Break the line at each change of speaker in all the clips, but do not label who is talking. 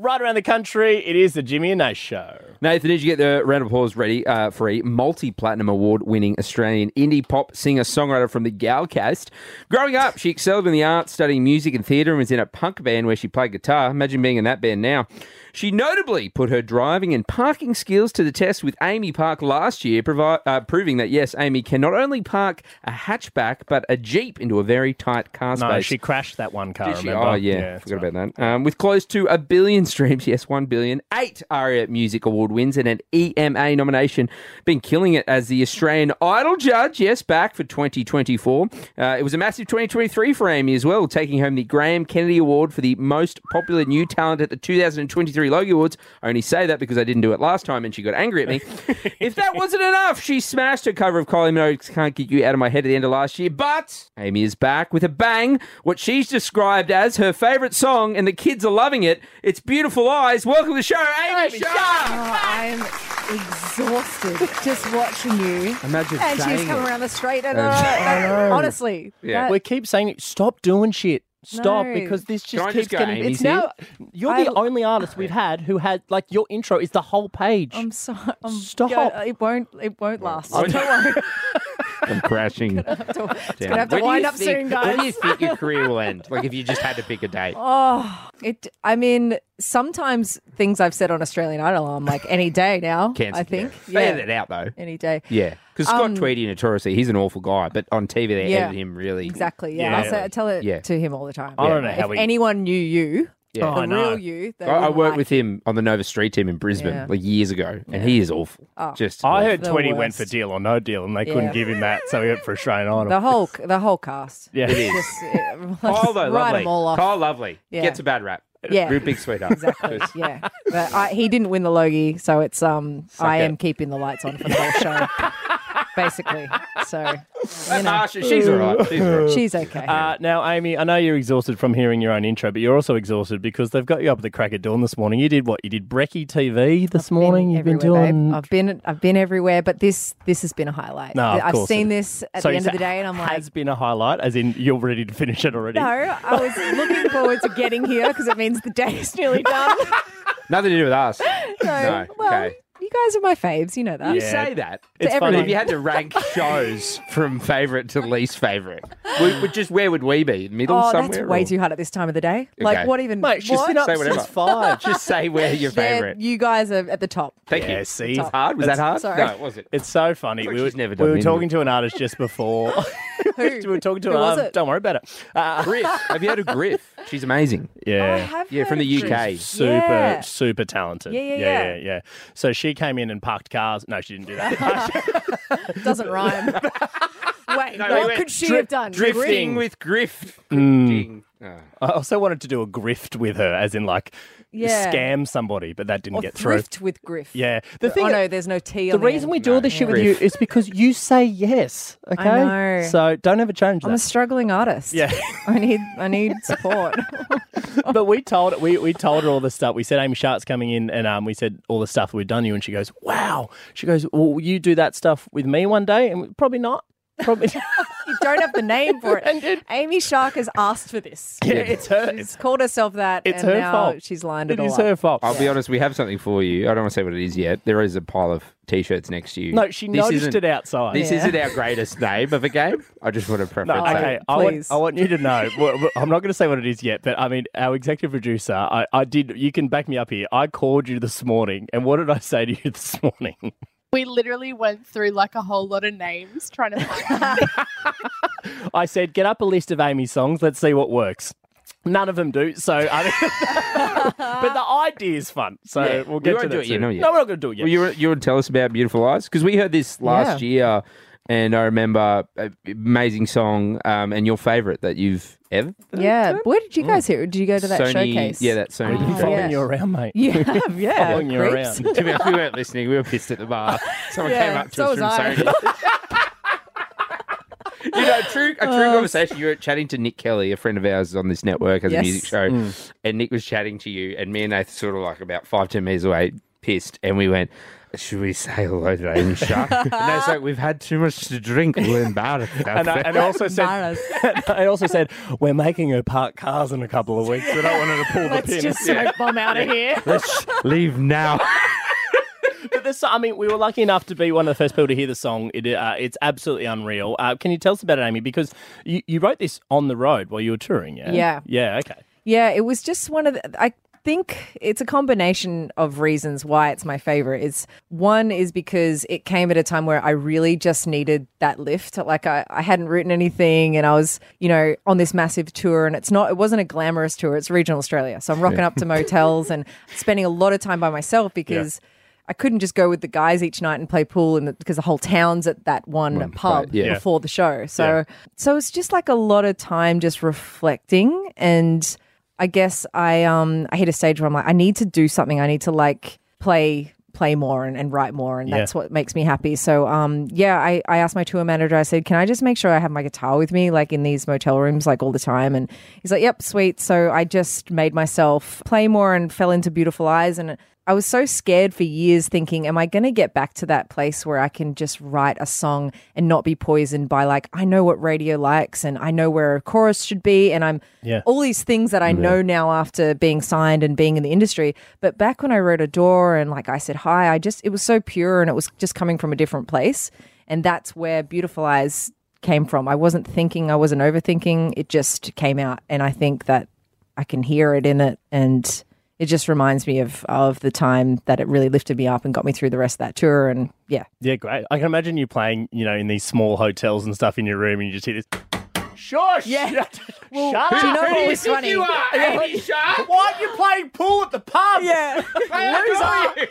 right around the country. It is the Jimmy and Nash Show.
Nathan, did you get the round of applause ready uh, for a multi platinum award winning Australian indie pop singer songwriter from the Gold Coast? Growing up, she excelled in the arts, studying music and theatre, and was in a punk band where she played guitar. Imagine being in that band now. She notably put her driving and parking skills to the test with Amy Park last year, provi- uh, proving that yes, Amy can not only park a hatchback but a Jeep into a very tight car space.
No, she crashed that one car.
Did she?
remember?
Oh, yeah.
that's
Forgot
right.
about that. Um, with close to a billion streams, yes, one billion, eight ARIA Music Award wins and an EMA nomination. Been killing it as the Australian Idol judge, yes, back for 2024. Uh, it was a massive 2023 for Amy as well, taking home the Graham Kennedy Award for the most popular new talent at the 2023 Logie Awards. I only say that because I didn't do it last time and she got angry at me. if that wasn't enough, she smashed her cover of Kylie Minogue's Can't Get You Out of My Head at the end of last year. But Amy is back with a bang, what she's described as her favourite song, and the kids are loving it. It's Beautiful Eyes. Welcome to the show, Amy Sharp.
Oh, I'm exhausted just watching you.
Imagine
And she's
saying
coming
it.
around the street, and
Imagine-
uh, that- honestly,
Yeah.
that-
We keep saying, stop doing shit. Stop
No.
because this
Can
just
I just
keeps
go
getting.
Amy's
it's now. You're the
I-
only artist we've had who had like your intro is the whole page.
I'm sorry. I'm,
Stop.
Yeah, it won't. It won't last.
When-
Don't worry.
I'm crashing.
It's all- it's
down.
gonna have to
When do you
wind up
think-
soon,
when do you
guys.
think your career will end? Like if you just had to pick a date.
Oh, it. I mean, sometimes things I've said on Australian Idol, I'm like, any day now.
Cancel.
I think.
Fair that out though.
Any day.
Yeah, because Scott
Um,
Tweedy notoriously, he's an awful guy, but on TV they
Yeah.
edit him really
Exactly. Yeah.
Yeah.
And I, say, I tell it
Yeah.
to him all the time.
I don't know
If
how we-
anyone knew you,
Yeah.
Oh,
the
I know.
real you, they
I, I
wouldn't
worked
like
with him on the Nova Street team in Brisbane
Yeah. Oh.
like years ago, and he is awful. Just
I heard
The
Tweety went
worst.
for Deal or No Deal, and they
Yeah.
couldn't give him that, so he went for Australian Idol.
The whole the whole cast.
Yeah. It is.
Just, uh,
Kyle though,
write
lovely.
them all off.
Kyle Lovely
Yeah.
gets a bad rap.
Yeah.
real big sweetheart.
Exactly. yeah, but I, he didn't win the Logie, so it's um I
it.
am keeping the lights on for the whole show, basically. So you
Marsha,
know,
Ah, she's all right. She's all right.
she's okay.
Uh, now, Amy, I know you're exhausted from hearing your own intro, but you're also exhausted because they've got you up at the crack of dawn this morning. You did what? You did Brekkie TV this
Been
morning. You've been
everywhere, babe.
doing.
I've been I've been everywhere, but this this has been a highlight.
No, of
I've
course
seen
it-
this at
So
the
you
end
say
of the day, and I'm like,
has been a highlight, as in you're ready to finish it already.
no, I was looking forward to getting here because it means the day is nearly done.
Nothing to do with us.
So,
no.
well,
okay.
you guys are my faves, you know that.
You
Yeah.
say that.
It's
But
everyone.
if you had to rank shows from favourite to least favourite, we, we just where would we be? Middle
Oh,
somewhere?
that's way
or-
too hard at this time of the day.
Okay.
Like, what even?
Mate, she's
what?
been up
Say
since
whatever.
five.
Just say where your
Yeah,
favourite.
You guys are at the top.
Thank
Yeah,
you.
see?
It's hard. Was that hard?
Sorry.
No, it wasn't.
It's so funny.
like
we were,
she's never
we
done
were
it.
talking to an artist just before. we were talking to
Who
an
was
artist.
it?
Don't worry about it. Uh,
Griff. Have you had a Griff? She's amazing.
yeah.
I have
Yeah, from
heard
the
of
UK.
Greece.
super
Oh, Yeah.
super talented.
Yeah, yeah,
yeah,
yeah.
yeah. So she came in and parked cars. No, she didn't do that.
Doesn't rhyme. Wait,
No, we
what
went
could she
drif-
have done?
Drifting
Green.
with Griff. Grifting. Oh.
I also wanted to do a grift with her, as in like
Yeah.
scam somebody, but that didn't
or
get through.
thrift with Griff.
Yeah, the thing.
oh no, there's no T.
the
on
reason
end.
we do all this shit with you
Griff.
is because you say yes. Okay,
know.
so don't ever change
I'm a
that.
struggling artist.
Yeah.
I need I need support.
but we told we we told her all the stuff. We said Amy Shart's coming in, and um, we said all the stuff we've done you, and she goes, "Wow." She goes, "Well, will you do that stuff with me one day?" And we- probably not. Probably.
you don't have the name for it. Amy Shark has asked for this.
yeah, it's her.
She's called herself that.
It's
and
her
now
fault.
She's lined
It
it, all
is
up.
her fault.
I'll be honest, we have something for you. I don't want to say what it is yet. There is a pile of t shirts next to you.
No, she noticed
isn't-
it outside.
This
Yeah.
isn't our greatest name of a game. I just want to preface
No,
that.
okay. I want,
please.
I want you to know. well, well, I'm not going to say what it is yet, but I mean, our executive producer, I, I did. You can back me up here. I called you this morning, and what did I say to you this morning?
We literally went through like a whole lot of names trying to find
I said, get up a list of Amy's songs. Let's see what works. None of them do. So, I mean, but the idea is fun. So
Yeah,
we'll
we
get
won't
to
do
that
it yet,
soon.
not yet.
No, we're not going to do it yet.
Well, you, were- you would tell us about Beautiful Eyes? Because we heard this last year, and I remember uh, amazing song um, and your favourite that you've ever.
Yeah. Where did you guys hear? it? Did you go to that
Sony,
showcase?
Yeah, that Sony.
Oh,
thing.
following
yeah.
you around, mate.
You have, yeah.
Following you
creeps.
around.
to be honest, we weren't listening. We were pissed at the bar. Someone
Yeah,
came up to
so
us
was
from
I.
Sony. you know, a true, a
Uh.
true conversation. You were chatting to Nick Kelly, a friend of ours on this network, has a
Yes.
music show, and Nick was chatting to you, and me and Nathan sort of like about five ten meters away. pissed, and we went. Should we say hello to Amy Shark? and I was like, "We've had too much to drink. We're embarrassed."
And I, and I also said,
Maras.
I also said, we're making her park cars in a couple of weeks. And I wanted to pull the
Let's
pin.
just smoke bomb out of here.
Let's leave now.
But this, I mean, we were lucky enough to be one of the first people to hear the song. It, uh, it's absolutely unreal. Uh, can you tell us about it, Amy? Because you, you wrote this on the road while you were touring, yeah?
Yeah.
Yeah, okay.
Yeah, it was just one of the. I think it's a combination of reasons why it's my favorite. It's one is because it came at a time where I really just needed that lift. Like I, I hadn't written anything and I was, you know, on this massive tour and it's not, it wasn't a glamorous tour. It's regional Australia. So I'm rocking up to motels and spending a lot of time by myself because. I couldn't just go with the guys each night and play pool, and because the whole town's at that one, pub
yeah.
before the show. So, so it's just like a lot of time just reflecting, and I guess I um I hit a stage where I'm like, I need to do something. I need to like play play more and, and write more, and that's what makes me happy. So, um, yeah, I I asked my tour manager. I said, can I just make sure I have my guitar with me, like in these motel rooms, like all the time? And he's like, yep, sweet. So I just made myself play more and fell into Beautiful Eyes and. I was so scared for years thinking, am I going to get back to that place where I can just write a song and not be poisoned by, like, I know what radio likes and I know where a chorus should be. And I'm
Yeah.
all these things that I know now after being signed and being in the industry. But back when I wrote Adore and, like, I said hi, I just, it was so pure and it was just coming from a different place. And that's where Beautiful Eyes came from. I wasn't thinking, I wasn't overthinking. It just came out. And I think that I can hear it in it, and it just reminds me of of the time that it really lifted me up and got me through the rest of that tour. And yeah,
Yeah, great. I can imagine you playing, you know, in these small hotels and stuff in your room and you just hear this. Shush!
Yeah.
Shut, shut
do you
up!
know what was
think
funny?
you are, Amy Shark?
Why are you playing pool at the pub?
Yeah,
Loser!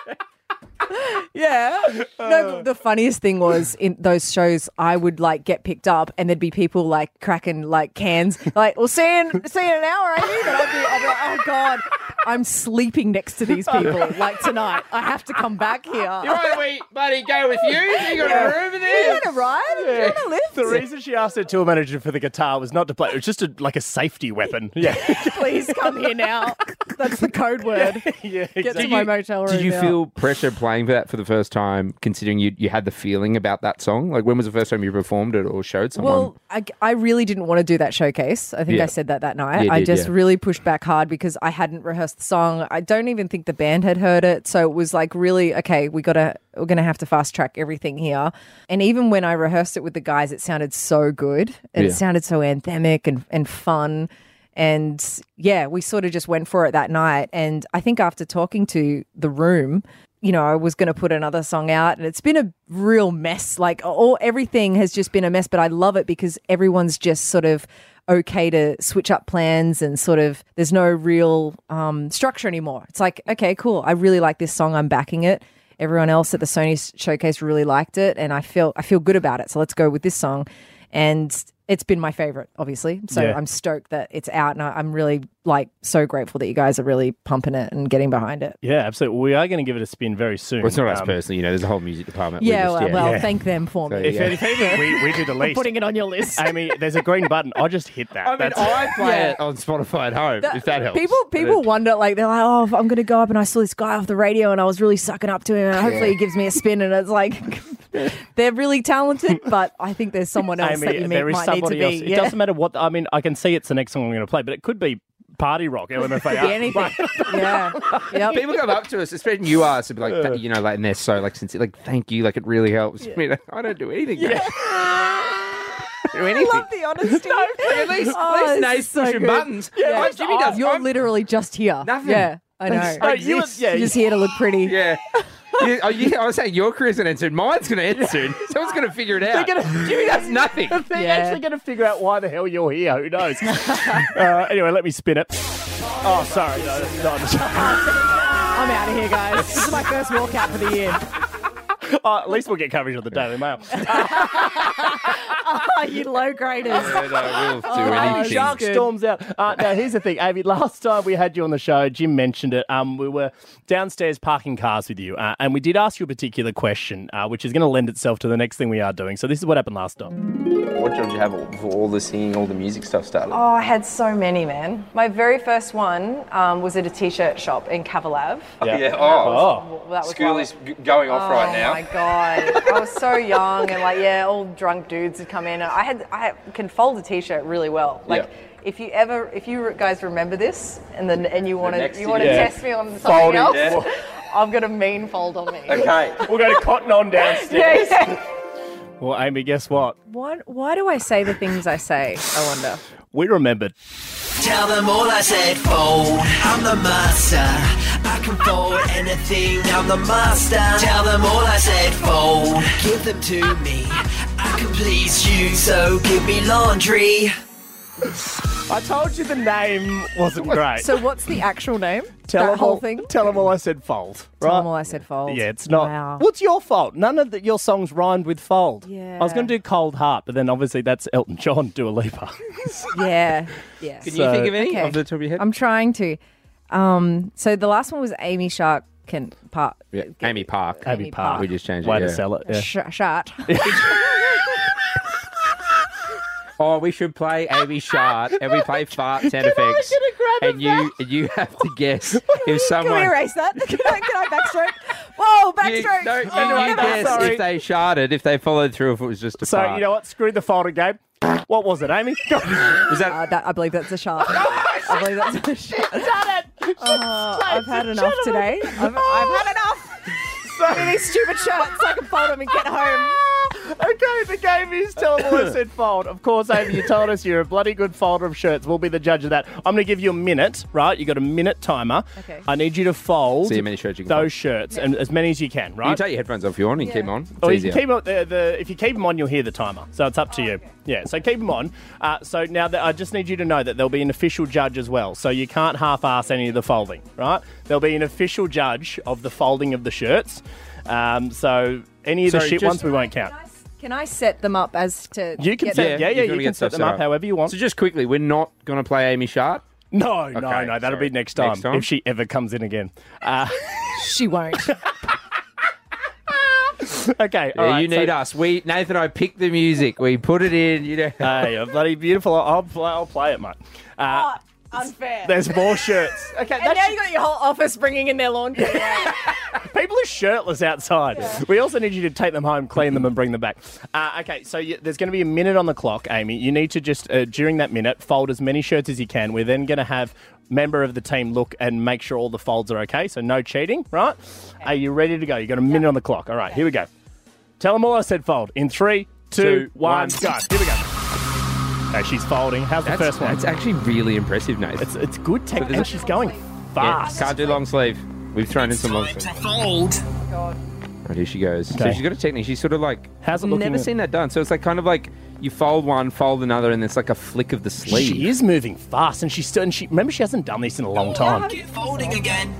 yeah. No, but the funniest thing was in those shows, I would like get picked up, and there'd be people like cracking like cans, like, "Well, see you in, see you in an hour, Amy." And I'd be, I'd be like, "Oh God." I'm sleeping next to these people like tonight. I have to come back here.
You want me, buddy, go with you? You got a room in
You
there?
want to ride? You want to lift?
The reason she asked her tour manager for the guitar was not to play. It was just a, like a safety weapon. Yeah.
Please come here now. That's the code word.
yeah,
Get
exactly.
to my motel room.
Did you
now.
feel pressure playing for that for the first time, considering you you had the feeling about that song? Like, when was the first time you performed it or showed someone?
Well, I, I really didn't want to do that showcase. I think
um, Yeah.
I said that that night.
You
I
did,
just
yeah.
really pushed back hard because I hadn't rehearsed the song. I don't even think the band had heard it, so it was like really okay. We gotta we're gonna have to fast track everything here. And even when I rehearsed it with the guys, it sounded so good and
Yeah.
it sounded so anthemic and and fun. And yeah, we sort of just went for it that night. And I think after talking to the room, you know, I was going to put another song out, and it's been a real mess. Like all everything has just been a mess, but I love it because everyone's just sort of okay to switch up plans and sort of there's no real um, structure anymore. It's like okay, cool. I really like this song. I'm backing it. Everyone else at the Sony s- showcase really liked it, and I feel I feel good about it. So let's go with this song, and it's been my favorite, obviously. So
Yeah.
I'm stoked that it's out, and I, I'm really like so grateful that you guys are really pumping it and getting behind it.
Yeah, absolutely. We are going to give it a spin very soon.
Well, it's not us
Um,
personally, you know, there's a whole music department. We
Yeah,
just-
well, well
Yeah.
thank them for me.
So,
If
Yeah.
anything, we, we do the least.
Putting it on your list.
Amy, there's a green button. I just hit that.
I mean,
That's-
I play
Yeah.
it on Spotify at home, if that helps.
People people wonder like they're like, oh, I'm gonna go up and I saw this guy off the radio and I was really sucking up to him and hopefully he gives me a spin and it's like they're really talented, but I think there's someone else that you
Amy,
meet,
there is
might need to
somebody
be.
else. It
yeah.
doesn't matter what. I mean, I can see it's the next song I'm going to play, but it could be Party Rock, LMFAO.
Could be anything. yeah. Yep.
People come up to us, especially you are, so be like, th- you know, like, and they're so like sincere, like, thank you, like, it really helps. I, mean, I don't do anything. Yeah. do anything.
I love the honesty.
At least,
Oh,
at least
it's
Nate's
so
pushing
good.
buttons. Yeah,
Yeah.
like Jimmy does.
You're
I'm-
literally just here.
Nothing.
Yeah, I know.
Thanks.
No, you-
Exist.
yeah,
You're
you-
just here to look pretty.
Yeah. You- oh, you- I was saying your career's going to end soon. Mine's going to end soon. Someone's going to figure it out.
gonna-
Jimmy does nothing.
They're
Yeah.
actually going to figure out why the hell you're here. Who knows? uh, anyway, let me spin it. Oh, sorry. No, that's not-
I'm out of here, guys. this is my first walkout for the year.
Uh, Oh, at least we'll get coverage on the Daily Mail.
you low graders.
Yeah, no, we'll do
Oh,
anything.
Shark
Good.
storms out. Uh, now, here's the thing, Avi. Last time we had you on the show, Jim mentioned it. Um, we were downstairs parking cars with you, uh, and we did ask you a particular question, uh, which is going to lend itself to the next thing we are doing. So this is what happened last time.
What job did you have before all the singing, all the music stuff started?
Oh, I had so many, man. My very first one um, was at a t-shirt shop in Cavalav.
Yeah, oh.
Oh,
Well, that was
School
one-
is g- going off right
oh
now.
my god! I was so young, and like, yeah, all drunk dudes would come in. And I had, I can fold a t-shirt really well. Like,
Yeah.
if you ever, if you guys remember this, and then and you want
next
to, you
thing
want to
you-
test me on something
Folding,
else,
yeah.
I've got a mean fold on me.
Okay.
we'll go to Cotton On downstairs.
Yeah, yeah.
Well, Amy, guess what?
Why, why do I say the things I say? I wonder.
We remembered.
Tell them all I said fold. I'm the master. I can fold anything. I'm the master. Tell them all I said fold. Give them to me. I can please you, so give me laundry.
I told you the name wasn't great.
So, what's the actual name?
tell
that
them
whole
all,
thing.
Tell them all I said fold. Right?
Tell 'em all I said fold.
Yeah, it's not.
Wow.
What's your fault? None of the, your songs rhymed with fold. I was
Yeah.
going to do Cold Heart, but then obviously that's Elton John, Dua Lipa.
Yeah. Yes.
Can you think of any
Okay.
off the top of your head?
I'm trying to. Um, so the last one was Amy Shark can part.
Yeah, Amy Park.
Amy Park.
We just changed it,
Way to
yeah.
sell it. yeah.
Sh- shart.
Oh, we should play Amy Shard and we play fart sound effects. and you you have to guess if
Can
someone
we erase that? can, I, can I backstroke? Whoa,
you,
backstroke!
no, you,
Oh,
no,
you
never-
no,
guess
sorry.
if they sharded, if they followed through, if it was just a
So
fart.
you know what? Screw the folding game. What was it, Amy?
was that
Uh, that, I believe that's a shart. I believe that's a shart. Oh, I've had enough today. I've, I've had enough. So many stupid shirts. I can fold them and get home.
okay, the game is tell them all I said fold. Of course, Amy, you told us you're a bloody good folder of shirts. We'll be the judge of that. I'm going to give you a minute, right? You got a minute timer.
Okay.
I need you to fold
See how many shirts you can
those
fold.
shirts and as many as you can,
you
right?
can take your headphones off if you want and keep 'em on. It's
Or Uh, Oh, you
easier.
can keep 'em- the, the, if you keep them on, you'll hear the timer. So it's up to you. Yeah, so keep them on. Uh, so now that I just need you to know that there'll be an official judge as well. So you can't half ass any of the folding, right? There'll be an official judge of the folding of the shirts. Um, so any of the
Sorry,
shit
just-
ones we won't count.
Can I set them up as to?
You can
get
set,
Yeah,
yeah, yeah,
you're
you
gonna
can
get
set
stuff
them up
set up.
however you want.
so just quickly, we're not going to play Amy Shard.
no, no,
Okay,
no, that'll
sorry.
be next time,
Next time?
if she ever comes in again.
She won't.
Okay, all
Yeah,
right,
you
so-
need us. We Nathan, I picked the music. We put it in. You know.
Hey, you're bloody beautiful. I'll play, I'll play it, mate. Uh,
Unfair.
there's more shirts. Okay,
And
that's
now you got your whole office bringing in their laundry.
People are shirtless outside. We also need you to take them home, clean them, and bring them back. Uh, okay, so you, there's going to be a minute on the clock, Amy. You need to just, uh, during that minute, fold as many shirts as you can. We're then going to have member of the team look and make sure all the folds are okay, so no cheating, right? Are you ready to go? you got a minute on the clock. All right, here we go. Tell them all I said fold. In three, two,
Two, one.
one, go. Here we go. Okay, she's folding. How's
That's,
the first one?
that's actually really impressive, Nathan.
it's, it's good tech,
there's
and
a-
she's going
Yeah,
fast.
can't do long sleeve. We've thrown in some long
Time
sleeve.
to fold.
Right, here she goes. So
Okay.
she's got a technique. She's sort of like
How's it
I've
looking
Never
at-
seen that done. So it's like kind of like you fold one, fold another, and it's like a flick of the sleeve.
She is moving fast, and she's still. And she remember she hasn't done this in a long time.
Get folding again.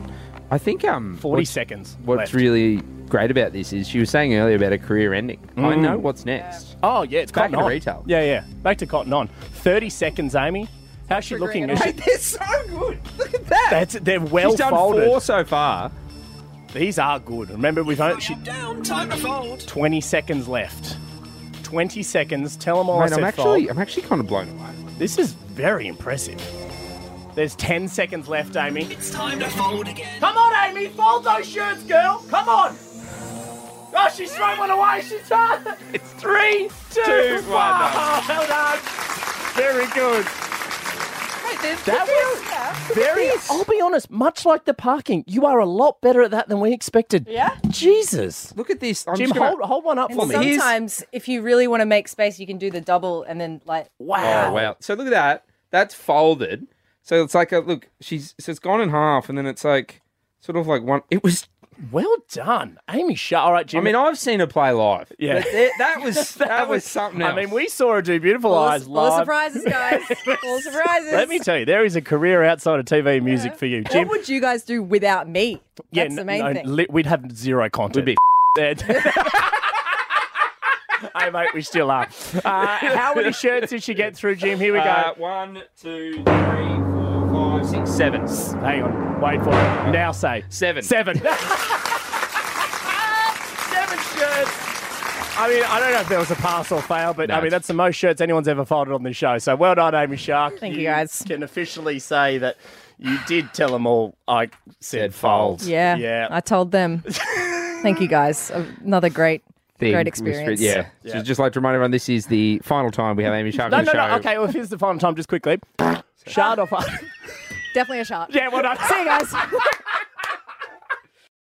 I think um,
Forty
what's,
seconds.
what's
left.
really great about this is she was saying earlier about a career ending. I know what's next.
Oh yeah, it's
Back
cotton
into
on.
retail.
Yeah, yeah. Back to cotton on. Thirty seconds, Amy. How's she looking? Is she-
they're so good. Look at that.
That's they're well
She's done
folded.
four so far.
These are good. Remember, we've only she,
I'm down. Time to fold.
twenty seconds left. Twenty seconds. Tell them all I
Mate,
said
I'm actually,
fold.
I'm actually kind of blown away.
This is very impressive. There's ten seconds left, Amy.
It's time to fold again.
Come on, Amy. Fold those shirts, girl. Come on. Oh, she's thrown one away. She's done. It's three, two,
Two, one.
Wow, well done. Very good. That was very. I'll be honest. Much like the parking, you are a lot better at that than we expected.
Yeah?
Jesus.
Look at this. I'm
Jim,
just gonna-
hold hold one up for me.
here's-
Sometimes, if you really want to make space, you can do the double and then like
Wow.
Oh wow! So look at that. That's folded. So it's like a look. She's so it's gone in half, and then it's like sort of like one. It was.
Well done, Amy. Shut. All right,
I
Jim.
mean, I've seen her play live.
Yeah.
But that, that was that, was, something else.
I mean, we saw her do beautiful
all,
eyes
all
live.
surprises, guys. all surprises.
Let me tell you, there is a career outside of TV and music for you, Jim.
What would you guys do without me? That's
n-
the main
no,
thing.
li- we'd have zero content.
We'd be
Dead. hey, mate, we still are. Uh, how many shirts did she get through, Jim? Here we go.
Uh, one, two, three, four, five, six, seven.
Hang on, wait for it. Now say
Seven.
Seven. Seven shirts. I mean, I don't know if there was a pass or fail, but
No,
I mean,
it's-
that's the most shirts anyone's ever folded on the show. So well done, Amy Shark.
Thank you, guys.
Can officially say that you did tell them all. I
Said
said fold.
fold.
Yeah.
Yeah.
I told them. Thank you guys. Another great,
Thing
great
was-
experience.
Yeah.
Yeah.
So just like to remind everyone, this is the final time we have Amy Sharp
no,
on
no,
the
no.
show.
Okay, well, here's the final time, just quickly. Shard off.
Definitely a shark.
yeah, well done.
See you guys.